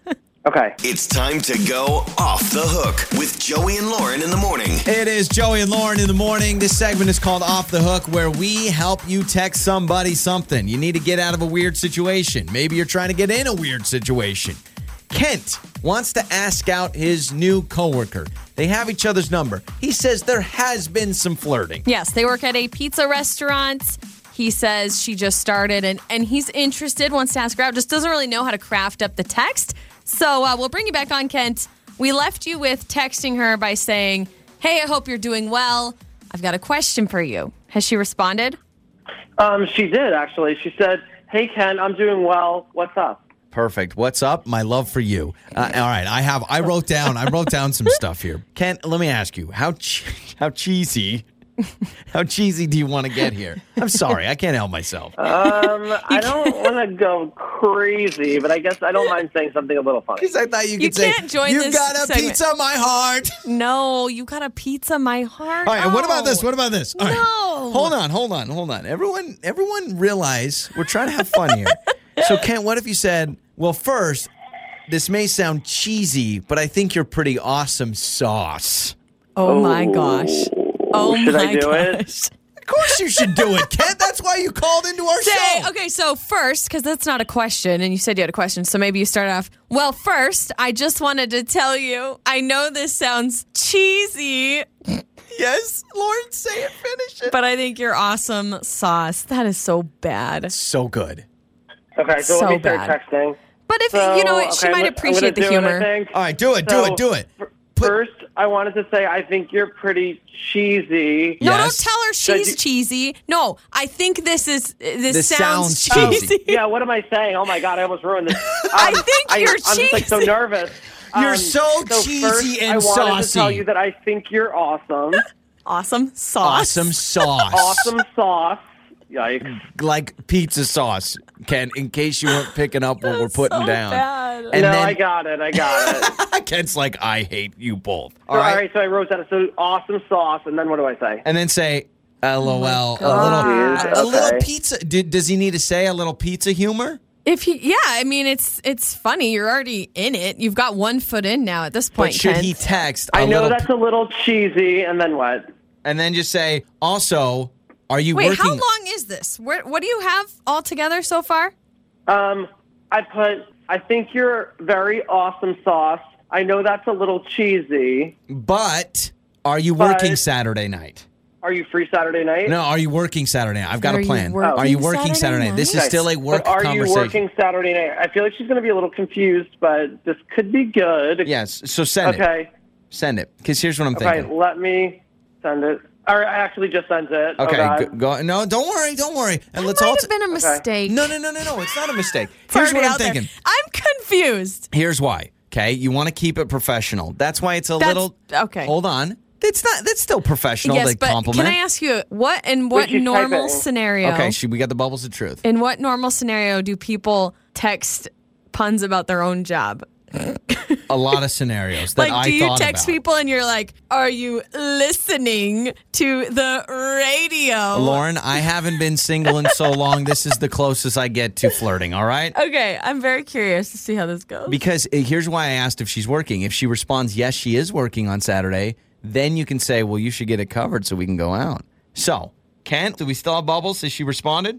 Okay. It's time to go off the hook with Joey and Lauren in the morning. it is Joey and Lauren in the morning. This segment is called Off the Hook, where we help you text somebody something. You need to get out of a weird situation. Maybe you're trying to get in a weird situation. Kent wants to ask out his new coworker. They have each other's number. He says there has been some flirting. Yes, they work at a pizza restaurant. He says she just started and, and he's interested, wants to ask her out, just doesn't really know how to craft up the text. So uh, we'll bring you back on, Kent. We left you with texting her by saying, Hey, I hope you're doing well. I've got a question for you. Has she responded? Um, she did actually. She said, "Hey Ken, I'm doing well. What's up?" Perfect. What's up? My love for you. Uh, all right, I have. I wrote down. I wrote down some stuff here. Ken, let me ask you how che- how cheesy, how cheesy do you want to get here? I'm sorry, I can't help myself. Uh, Um, I don't want to go crazy, but I guess I don't mind saying something a little funny. I thought you could say can't join you've this got a segment." pizza, my heart. No, you got a pizza, my heart. All right, and what Oh. about this? What about this? All right. No. Hold on, hold on, hold on. Everyone, everyone, realize we're trying to have fun here. so, Kent, what if you said, "Well, first, This may sound cheesy, but I think you're pretty awesome sauce. Oh, my gosh. Oh should my I do gosh. it? Of course you should do it, Kent. That's why you called into our Say, show. okay, so first, because that's not a question, and you said you had a question, so maybe you start off. Well, first, I just wanted to tell you, I know this sounds cheesy, Yes, Lauren, say it, finish it. but I think you're awesome sauce. That is so bad. So good. Okay, so, So let me start bad. texting. But if So, you know, what, she okay, might I'm gonna appreciate the do it, I humor. think. All right, do it, do So, it, do it. fir- Put- First, I wanted to say I think you're pretty cheesy. No, Yes. don't tell her she's you- cheesy. No, I think this is this, This sounds, sounds cheesy. cheesy. Yeah, what am I saying? Oh my god, I almost ruined this. I Um, think you're I'm just like so cheesy. nervous. Um, You're so cheesy first, and I wanted to tell saucy. you that I think you're awesome. Awesome sauce. Awesome sauce. awesome sauce. Yikes. Like pizza sauce, Ken, in case you weren't picking up what we're That's putting so down. bad. And no, then I got it. I got it. Kent's like, I hate you both. All right. so I wrote that. So awesome sauce, and then what do I say? And then say, Oh LOL. a little Jeez, A little okay. pizza. Do, does he need to say a little pizza humor? If he, yeah, I mean it's it's funny. You're already in it. You've got one foot in now at this But point. should Ken. he text? I a know little- that's a little cheesy, and then what? and then just say, also, are you Wait, working? how long is this? Where, what do you have all together so far? Um, I put. I think you're very awesome sauce. I know that's a little cheesy. But are you But- working Saturday night? Are you free Saturday night? No, are you working Saturday night? I've got Are a you plan. working are you working Saturday Saturday night? This is Okay. still a work but are you conversation. working Saturday night? I feel like she's going to be a little confused, but this could be good. Yes. So send it. Okay. Send it. Because here's what I'm Okay. thinking. Let me send it. Or I actually just sent it. Oh, Okay. God. go, go- No, don't worry. Don't worry. And That let's might all. have been a mistake. no, no, no, no, no. It's not a mistake. It's here's what already I'm out there. thinking. I'm confused. Here's why. Okay, you want to keep it professional. That's why it's a That's- little. okay. Hold on. That's not. That's still professional. yes, they but compliment. can I ask you what in what you type normal it in. scenario? Okay, she, we got the bubbles of truth. in what normal scenario do people text puns about their own job? A lot of scenarios that Like, I do you thought text about. people and you're like, "Are you listening to the radio?" Lauren, I haven't been single in so long. This is the closest I get to flirting. All right. Okay, I'm very curious to see how this goes. Because uh, here's why I asked if she's working. If she responds, yes, she is working on Saturday, then you can say, well, you should get it covered so we can go out. So, Kent, do we still have bubbles? Has she responded?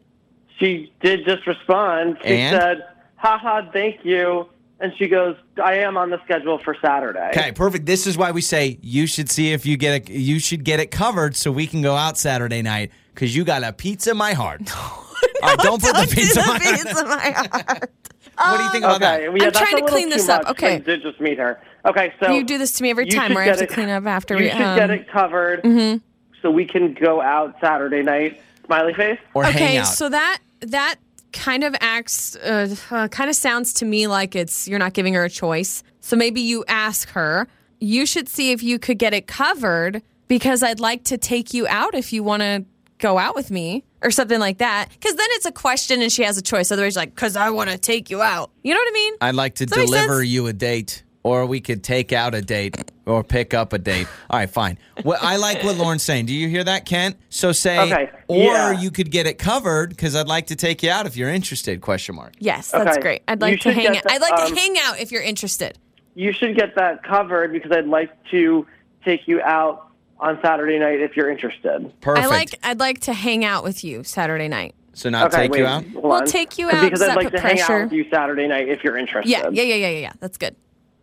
She did just respond. She And? said, "Ha ha, thank you." And she goes, "I am on the schedule for Saturday." Okay, perfect. This is why we say you should see if you get it. You should get it covered so we can go out Saturday night because you got a pizza in my heart. All right, don't, put the do pizza in my the heart. pizza in my heart. What do you think about Okay. that? well, yeah, I'm that's trying a to little clean too this up. much, Okay. but I did just meet her. Okay. So You do this to me every you time should where I have get to clean up after You we, should um, Mm-hmm. get it covered, so we can go out Saturday night. Smiley face. Or hang okay, out. so that that kind of acts, uh, uh, kind of sounds to me like it's you're not giving her a choice. So maybe you ask her. You should see if you could get it covered because I'd like to take you out if you want to go out with me or something like that. Because then it's a question and she has a choice. Otherwise, like, because I want to take you out. You know what I mean? I'd like to that make deliver sense? you a date, or we could take out a date, or pick up a date. All right, fine. Well, I like what Lauren's saying. Do you hear that, Kent? So say, Okay, or yeah. you could get it covered because I'd like to take you out if you're interested. Question mark. Yes, that's Okay. great. I'd You like to should hang get out. the- I'd like um, to hang out if you're interested. You should get that covered because I'd like to take you out on Saturday night if you're interested. Perfect. I like I'd like to hang out with you Saturday night. so not okay. take wait, you out. hold We'll on. take you out, because does I'd that like put to hang pressure? out with you Saturday night if you're interested. Yeah, yeah, yeah, yeah, yeah, yeah. That's good.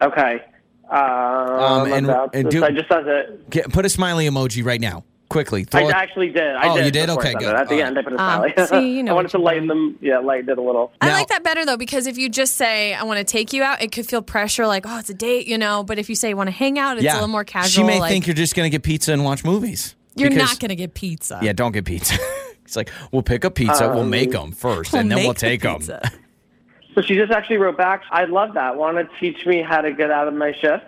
Okay. Um, and- about and this. do- I just said it. Get, put a smiley emoji right now, quickly. I Throw it- actually did. I Oh, did you did? before I Okay, said good. it. At the All end, I put a Um, smiley. see, you know I what wanted to you're lighten them. Yeah, lighten it a little. I Now- like that better though because if you just say I want to take you out, it could feel pressure like oh it's a date, you know. But if you say you want to hang out, it's a little more casual. She may like, think you're just going to get pizza and watch movies. you're because- not going to get pizza. Yeah, don't get pizza. it's like we'll pick up pizza, we'll make them 1st and then Um, make we'll the take them. pizza. So she just actually wrote back. I love that. Want to teach me how to get out of my shift?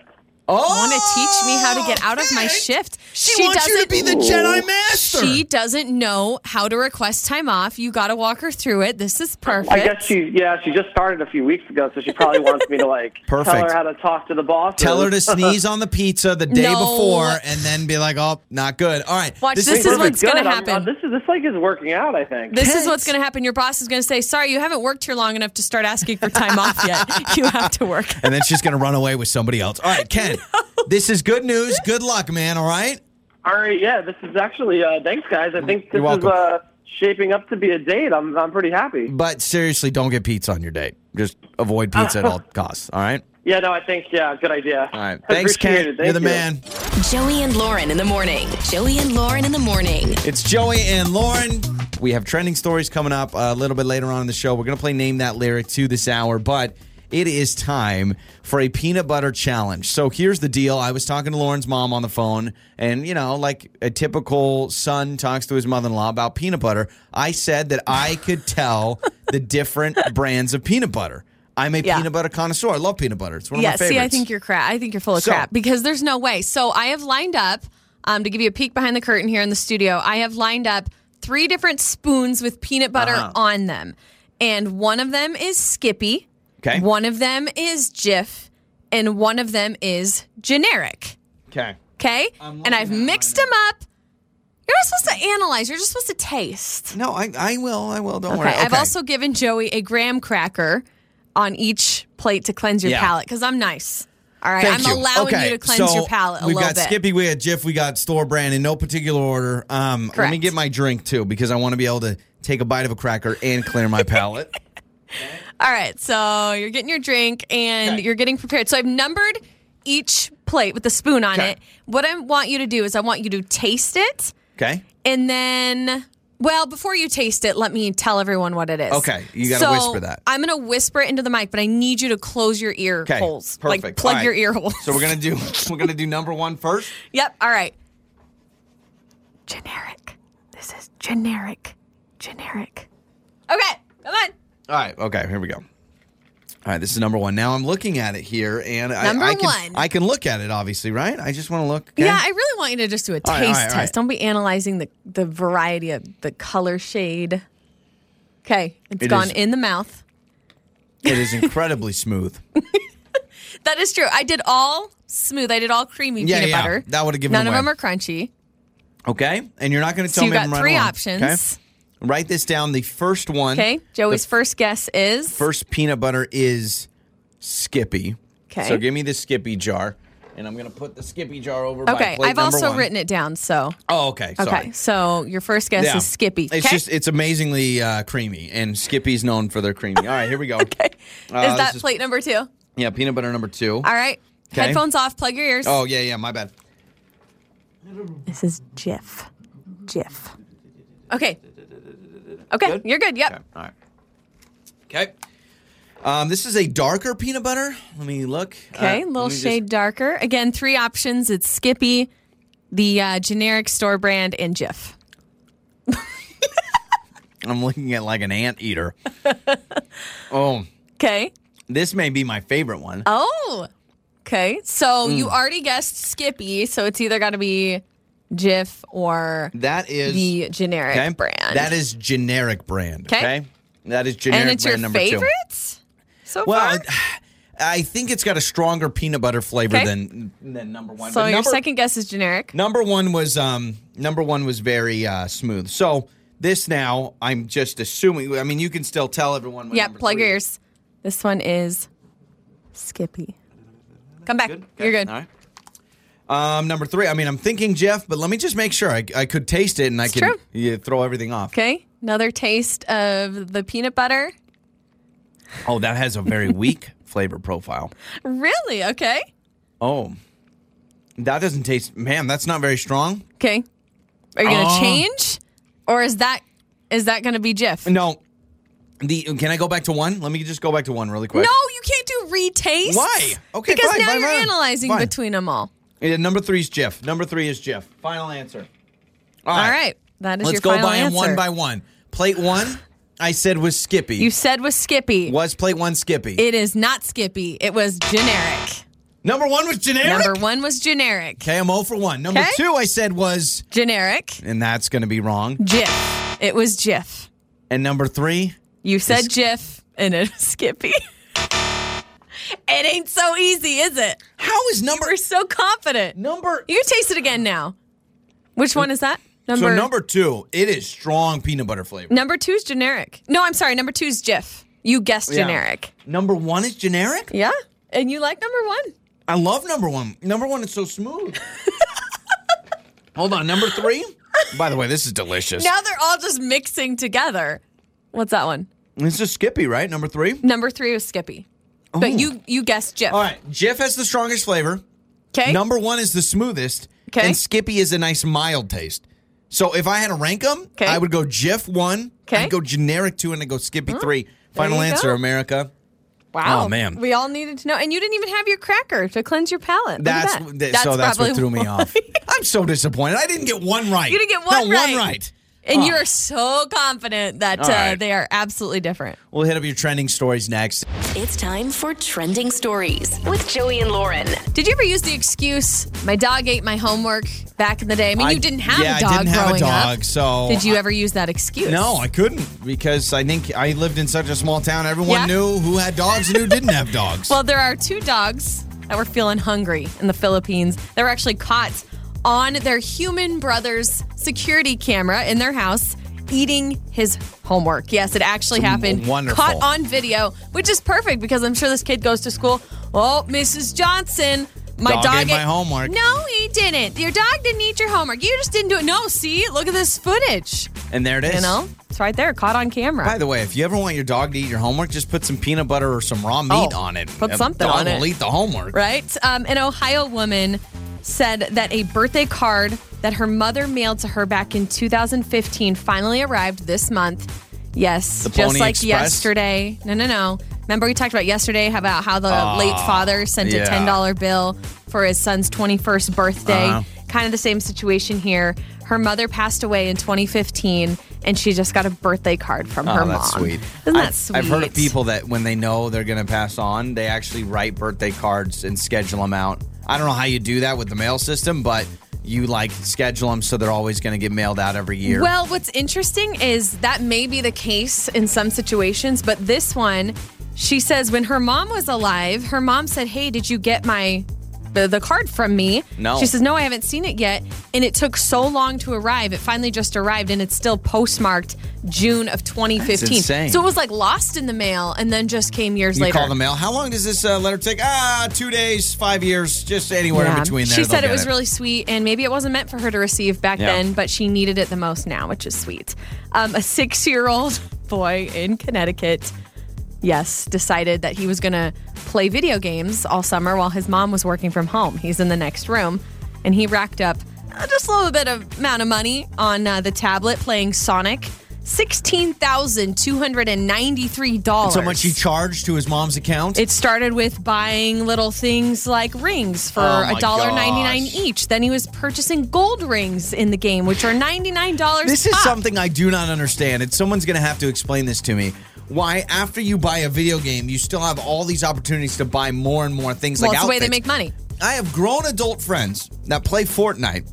want to teach me how to get out of my Oh! shift. She, wants you to be the Jedi Master. She doesn't know how to request time off. You got to walk her through it. This is perfect. I guess she, yeah, she just started a few weeks ago, so she probably wants me to like tell Perfect. her how to talk to the boss. Tell her to sneeze on the pizza the day No. before and then be like, oh, not good. All right. Watch, this is Wait, what's good. gonna I'm- happen. I'm- this is this like is working out. I think. This is what's going to happen. Your boss is going to say, "Sorry, you haven't worked here long enough to start asking for time off yet. You have to work." And then she's going to run away with somebody else. All right, Ken, this is good news. Good luck, man. All right? All right, yeah, this is actually. Uh, thanks, guys. I think this Mm, You're is welcome. uh, shaping up to be a date. I'm I'm pretty happy. But seriously, don't get pizza on your date. Just avoid pizza at Uh. all costs. All right? Yeah, no, I think yeah, good idea. All right. Thanks, Ken. Appreciate it. You're Thank the you. man. Joey and Lauren in the morning. Joey and Lauren in the morning. It's Joey and Lauren. We have trending stories coming up uh, a little bit later on in the show. We're going to play Name That Lyric to this hour, but it is time for a peanut butter challenge. So here's the deal. I was talking to Lauren's mom on the phone, and, you know, like a typical son talks to his mother in law about peanut butter, I said that I could tell the different brands of peanut butter. I'm a Yeah. peanut butter connoisseur. I love peanut butter. It's one of yeah, my favorites. see, I think you're crap. I think you're full of So- crap because there's no way. So I have lined up um, to give you a peek behind the curtain here in the studio. I have lined up three different spoons with peanut butter Uh-huh. on them, and one of them is Skippy, Okay. one of them is Jif, and one of them is generic. Okay. Okay, and I've mixed them up. You're not supposed to analyze. You're just supposed to taste. No, I, I will. I will. Don't worry. Okay. I've also given Joey a graham cracker on each plate to cleanse your Yeah. palate because I'm nice. All right, Thank I'm you. allowing Okay, you to cleanse so your palate a we've little got bit. Skippy, we got Jif, we got store brand in no particular order. Um, let me Correct. get my drink too because I want to be able to take a bite of a cracker and clear my palate. All right, so you're getting your drink and you're getting prepared. So I've numbered each plate with a spoon on Okay. it. What I want you to do is I want you to taste it Okay, and then. Well, before you taste it, let me tell everyone what it is. Okay, you gotta So, whisper that. I'm going to whisper it into the mic, but I need you to close your ear okay, holes. perfect. Like plug All right. your ear holes. So we're gonna do we're gonna do number one first. Yep. All right. Generic. This is generic. Generic. Okay. Come on. All right, okay, here we go. All right, this is number one. Now I'm looking at it here, and Number I, I can one. I can look at it obviously, right? I just want to look. okay? Yeah, I really want you to just do a taste All right, all right, all test. right. Don't be analyzing the, the variety of the color shade. Okay, it's It gone is- in the mouth. it is incredibly smooth. That is true. I did all smooth. I did all creamy Yeah, peanut yeah, butter. that would've given None away. of them are crunchy. Okay, and you're not gonna tell so you me got I'm right three or wrong, options. Okay? Write this down. The first one. Okay. Joey's the first guess is first peanut butter is Skippy. 'Kay. So give me the Skippy jar, and I'm gonna put the Skippy jar over. by okay. plate I've number also one. written it down. So Oh, okay. okay. Sorry. So your first guess Yeah. is Skippy. It's okay? just it's amazingly uh, creamy, and Skippy's known for their creamy. All right, here we go. okay. is that plate number two? All Yeah, peanut butter number two. right. Okay. Headphones off, plug your ears. Oh yeah, yeah. My bad. This is Jif. Jif. Okay. Okay, you're good. Yep. Okay. All right. Okay. Um, this is a darker peanut butter. Let me look. Okay, Uh, a little let me just- shade darker. Again, three options. It's Skippy, the uh, generic store brand, and Jif. I'm looking at like an ant eater. oh, Okay. this may be my favorite one. Oh. Okay. Hmm. So you already guessed Skippy, so it's either got to be Jif or That is the generic okay? brand. That is generic brand. Okay. Okay. That is generic and it's your brand number favorite two. so Well, far. I think it's got a stronger peanut butter flavor Okay. than than number one. So But your uh, number, second guess is generic. number one was um number one was very uh, smooth. So this now I'm just assuming. I mean, you can still tell everyone. What Yeah, number plug three your is. ears. This one is Skippy. Come back. Good? You're Okay. good. All right. Um, number three. I mean, I'm thinking Jeff, but let me just make sure I, I could taste it and I It's could true. yeah, throw everything off. Okay. Another taste of the peanut butter. Oh, that has a very weak flavor profile. Really? Okay. Oh, that doesn't taste. Man, that's not very strong. Okay. Are you gonna Oh. change, or is that is that gonna be Jif? No, the can I go back to one? Let me just go back to one really No, quick. you can't do retaste. Why? Okay, Because fine, now fine, you're fine. analyzing Fine. between them all. Yeah, number three is Jeff. Number three is Jeff. Final answer. All right. That is Let's your go final by them answer. one by one. Plate one, I said was Skippy. You said was Skippy. was plate one Skippy? It is not Skippy. It was generic. Number one was generic. Number one was generic. okay, I'm 0 for 1. Number Okay. two, I said was, Generic. and that's going to be wrong. Jif. It was Jif. And number three, You said Jif and it was Skippy. it ain't so easy, is it? how is number. We're so confident. Number. You can taste it again now. Which one is that? Number So number two, it is strong peanut butter flavor. number two is generic. No, I'm sorry. Number two is Jif. You guessed Yeah. generic. Number one is generic. Yeah. And you like number one. I love number one. Number one is so smooth. Hold on, number three. By the way, this is delicious. Now they're all just mixing together. What's that one? This is Skippy, right? Number three. Number three was Skippy. But you you guessed Jif. All right, Jif has the strongest flavor. Okay. Number one is the smoothest. 'Kay. And Skippy is a nice mild taste. So if I had to rank them, 'Kay. I would go Jif one. 'Kay. I'd go generic two, and I'd go Skippy three. Final you answer, go. America. Wow. Oh, man. We all needed to know. And you didn't even have your cracker to cleanse your palate. Look at That's that. th- so. That's what probably threw me why. off. I'm so disappointed. I didn't get one right. You didn't get Not one right. One right. And you're so confident that uh, right. they are absolutely different. We'll hit up your trending stories next. It's time for trending stories with Joey and Lauren. Did you ever use the excuse, my dog ate my homework back in the day? I mean, I- you didn't have yeah, a dog I didn't have a growing dog, up. so Did you ever use that excuse? No, I couldn't because I think I lived in such a small town. Everyone Yeah. knew who had dogs and who didn't have dogs. Well, there are two dogs that were feeling hungry in the Philippines. They were actually caught on their human brother's security camera in their house eating his homework. Yes, it actually happened. wonderful. Caught on video, which is perfect because I'm sure this kid goes to school. Oh, Mrs. Johnson. My Dog dog, ate my homework." No, he didn't. Your dog didn't eat your homework. You just didn't do it. No, see, look at this footage. and there it is. You know, it's right there, caught on camera. By the way, if you ever want your dog to eat your homework, just put some peanut butter or some raw meat Oh, on it. put A something dog on it. will eat the homework. right? Um, an Ohio woman said that a birthday card that her mother mailed to her back in 2015 finally arrived this month. Yes, The just Pony like Express? yesterday. No, no, no. Remember we talked about yesterday about how the late father sent Ah, yeah. a ten dollar bill for his son's 21st birthday. Uh-huh. Kind of the same situation here. Her mother passed away in 2015, and she just got a birthday card from her Oh, mom. that's sweet. Isn't I've, that sweet? I've heard of people that when they know they're going to pass on, they actually write birthday cards and schedule them out. I don't know how you do that with the mail system, but you like schedule them so they're always going to get mailed out every year. Well, what's interesting is that may be the case in some situations, but this one, she says when her mom was alive, her mom said, "Hey, did you get my the, the card from me?" No. She says, "No, I haven't seen it yet." And it took so long to arrive. It finally just arrived and it's still postmarked June of 2015. insane. So it was like lost in the mail and then just came years You later. call the mail. How long does this uh, letter take? Ah, two days, five years, just anywhere Yeah. in between. There, she they'll said it get was really sweet, and maybe it wasn't meant for her to receive back Yeah. then, but she needed it the most now, which is sweet. Um, a six year old boy in Connecticut, yes, decided that he was going to play video games all summer while his mom was working from home. He's in the next room, and he racked up uh, just a little bit of amount of money on uh, the tablet playing Sonic. Sixteen thousand two hundred and ninety-three dollars. So much he charged to his mom's account. It started with buying little things like rings for Oh my $1.99 gosh. each. Then he was purchasing gold rings in the game, which are $99. this is pop. something I do not understand, and someone's going to have to explain this to me. Why, after you buy a video game, you still have all these opportunities to buy more and more things Well, like it's the way they outfits. make money. I have grown adult friends that play Fortnite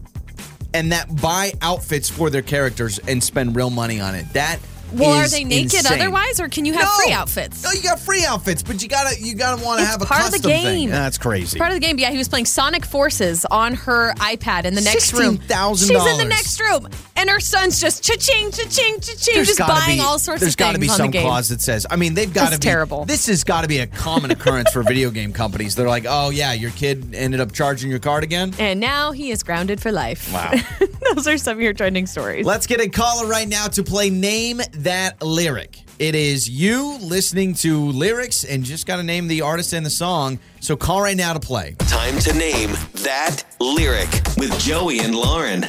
and that buy outfits for their characters and spend real money on it. That Well, are is they naked insane. otherwise, or can you have No. free outfits? No, you got free outfits, but you gotta you gotta want to It's have a part of the custom thing. game. That's crazy. Part of the game, but yeah, he was playing Sonic Forces on her iPad in the next room. $16,000. She's in the next room, and her son's just cha-ching, cha-ching, cha-ching, There's just gotta buying be- all sorts There's of things gotta be on some the game. clause that says. I mean, they've got to That's be terrible. This has got to be a common occurrence for video game companies. They're like, oh yeah, your kid ended up charging your card again. And now he is grounded for life. Wow. Those are some of your trending stories. Let's get a caller right now to play Name That Lyric. It is you listening to lyrics and just got to name the artist and the song. So call right now to play. Time to name that lyric with Joey and Lauren.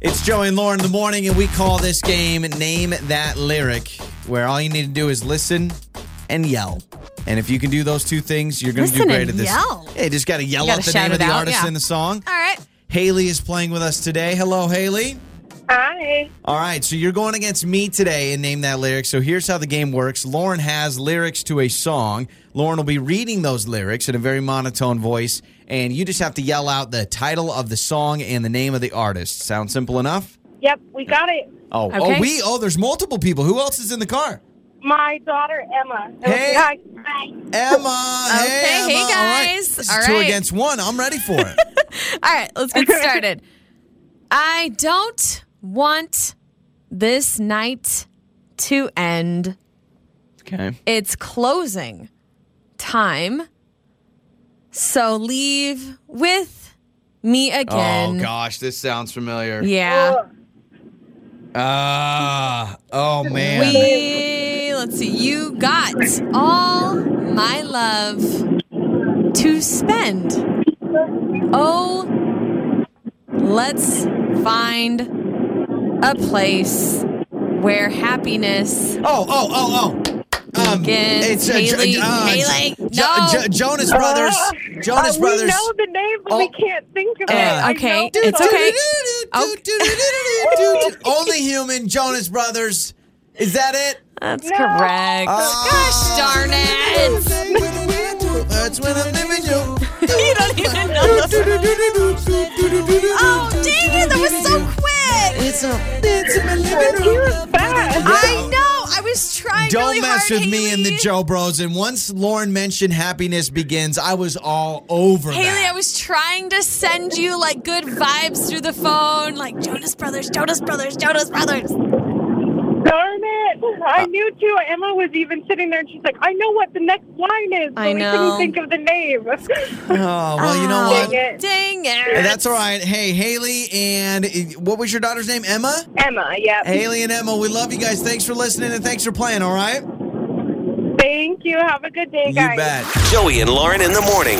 It's Joey and Lauren in the morning, and we call this game Name That Lyric, where all you need to do is listen and yell. And if you can do those two things, you're going to do Listen great and at this. yell. Yeah, you just got to yell You gotta out the shout name of it the out, artist yeah. and the song. all right. Haley is playing with us today. Hello, Haley. Hi. All right, so you're going against me today and name that lyric. So here's how the game works. Lauren has lyrics to a song. Lauren will be reading those lyrics in a very monotone voice, and you just have to yell out the title of the song and the name of the artist. Sound simple enough? Yep, we got it. Oh, Okay. oh, we oh, there's multiple people. Who else is in the car? My daughter Emma. Hey. Hi. Hi. Emma. Okay, Emma. hey, All right. guys. This is All two right. against one. I'm ready for it. All right, let's get started. I don't want this night to end. Okay. It's closing time. So leave with me oh again. gosh, this sounds familiar. Yeah. Ah. oh man. We let's see. You got all my love to spend. Oh, let's find a place where happiness. Oh, oh, oh, oh. Um, Against it's uh, Jo- Haley- uh, Haley, Jo- no. Jo- Jonas Brothers. Uh, Jonas uh, Brothers. We know the name, but Oh. we can't think of it. Uh, I okay, know it's the- okay. Okay. Only human Jonas Brothers. Is that it? That's No. correct. Gosh Oh. darn it! That's when I'm leaving you. You don't even know. Oh dang it! That was so quick. It's a, it's a living He room. was fast. I know. I was trying Don't really mess hard, with me and the Haley. Joe Bros. And once Lauren mentioned happiness begins, I was all over Haley, that. I was trying to send you like good vibes through the phone, like Jonas Brothers, Jonas Brothers, Jonas Brothers. Darn it. Uh. I knew too. Emma was even sitting there and she's like, I know what the next line is, but I know. we couldn't think of the name. oh well, you know Oh, what? Dang it. Dang Hey, it. That's all right. Hey, Haley and eh, what was your daughter's name? Emma? Emma, yeah. Haley and Emma, we love you guys. Thanks for listening and thanks for playing, all right? Thank you. Have a good day, guys. You bet. Joey and Lauren in the morning.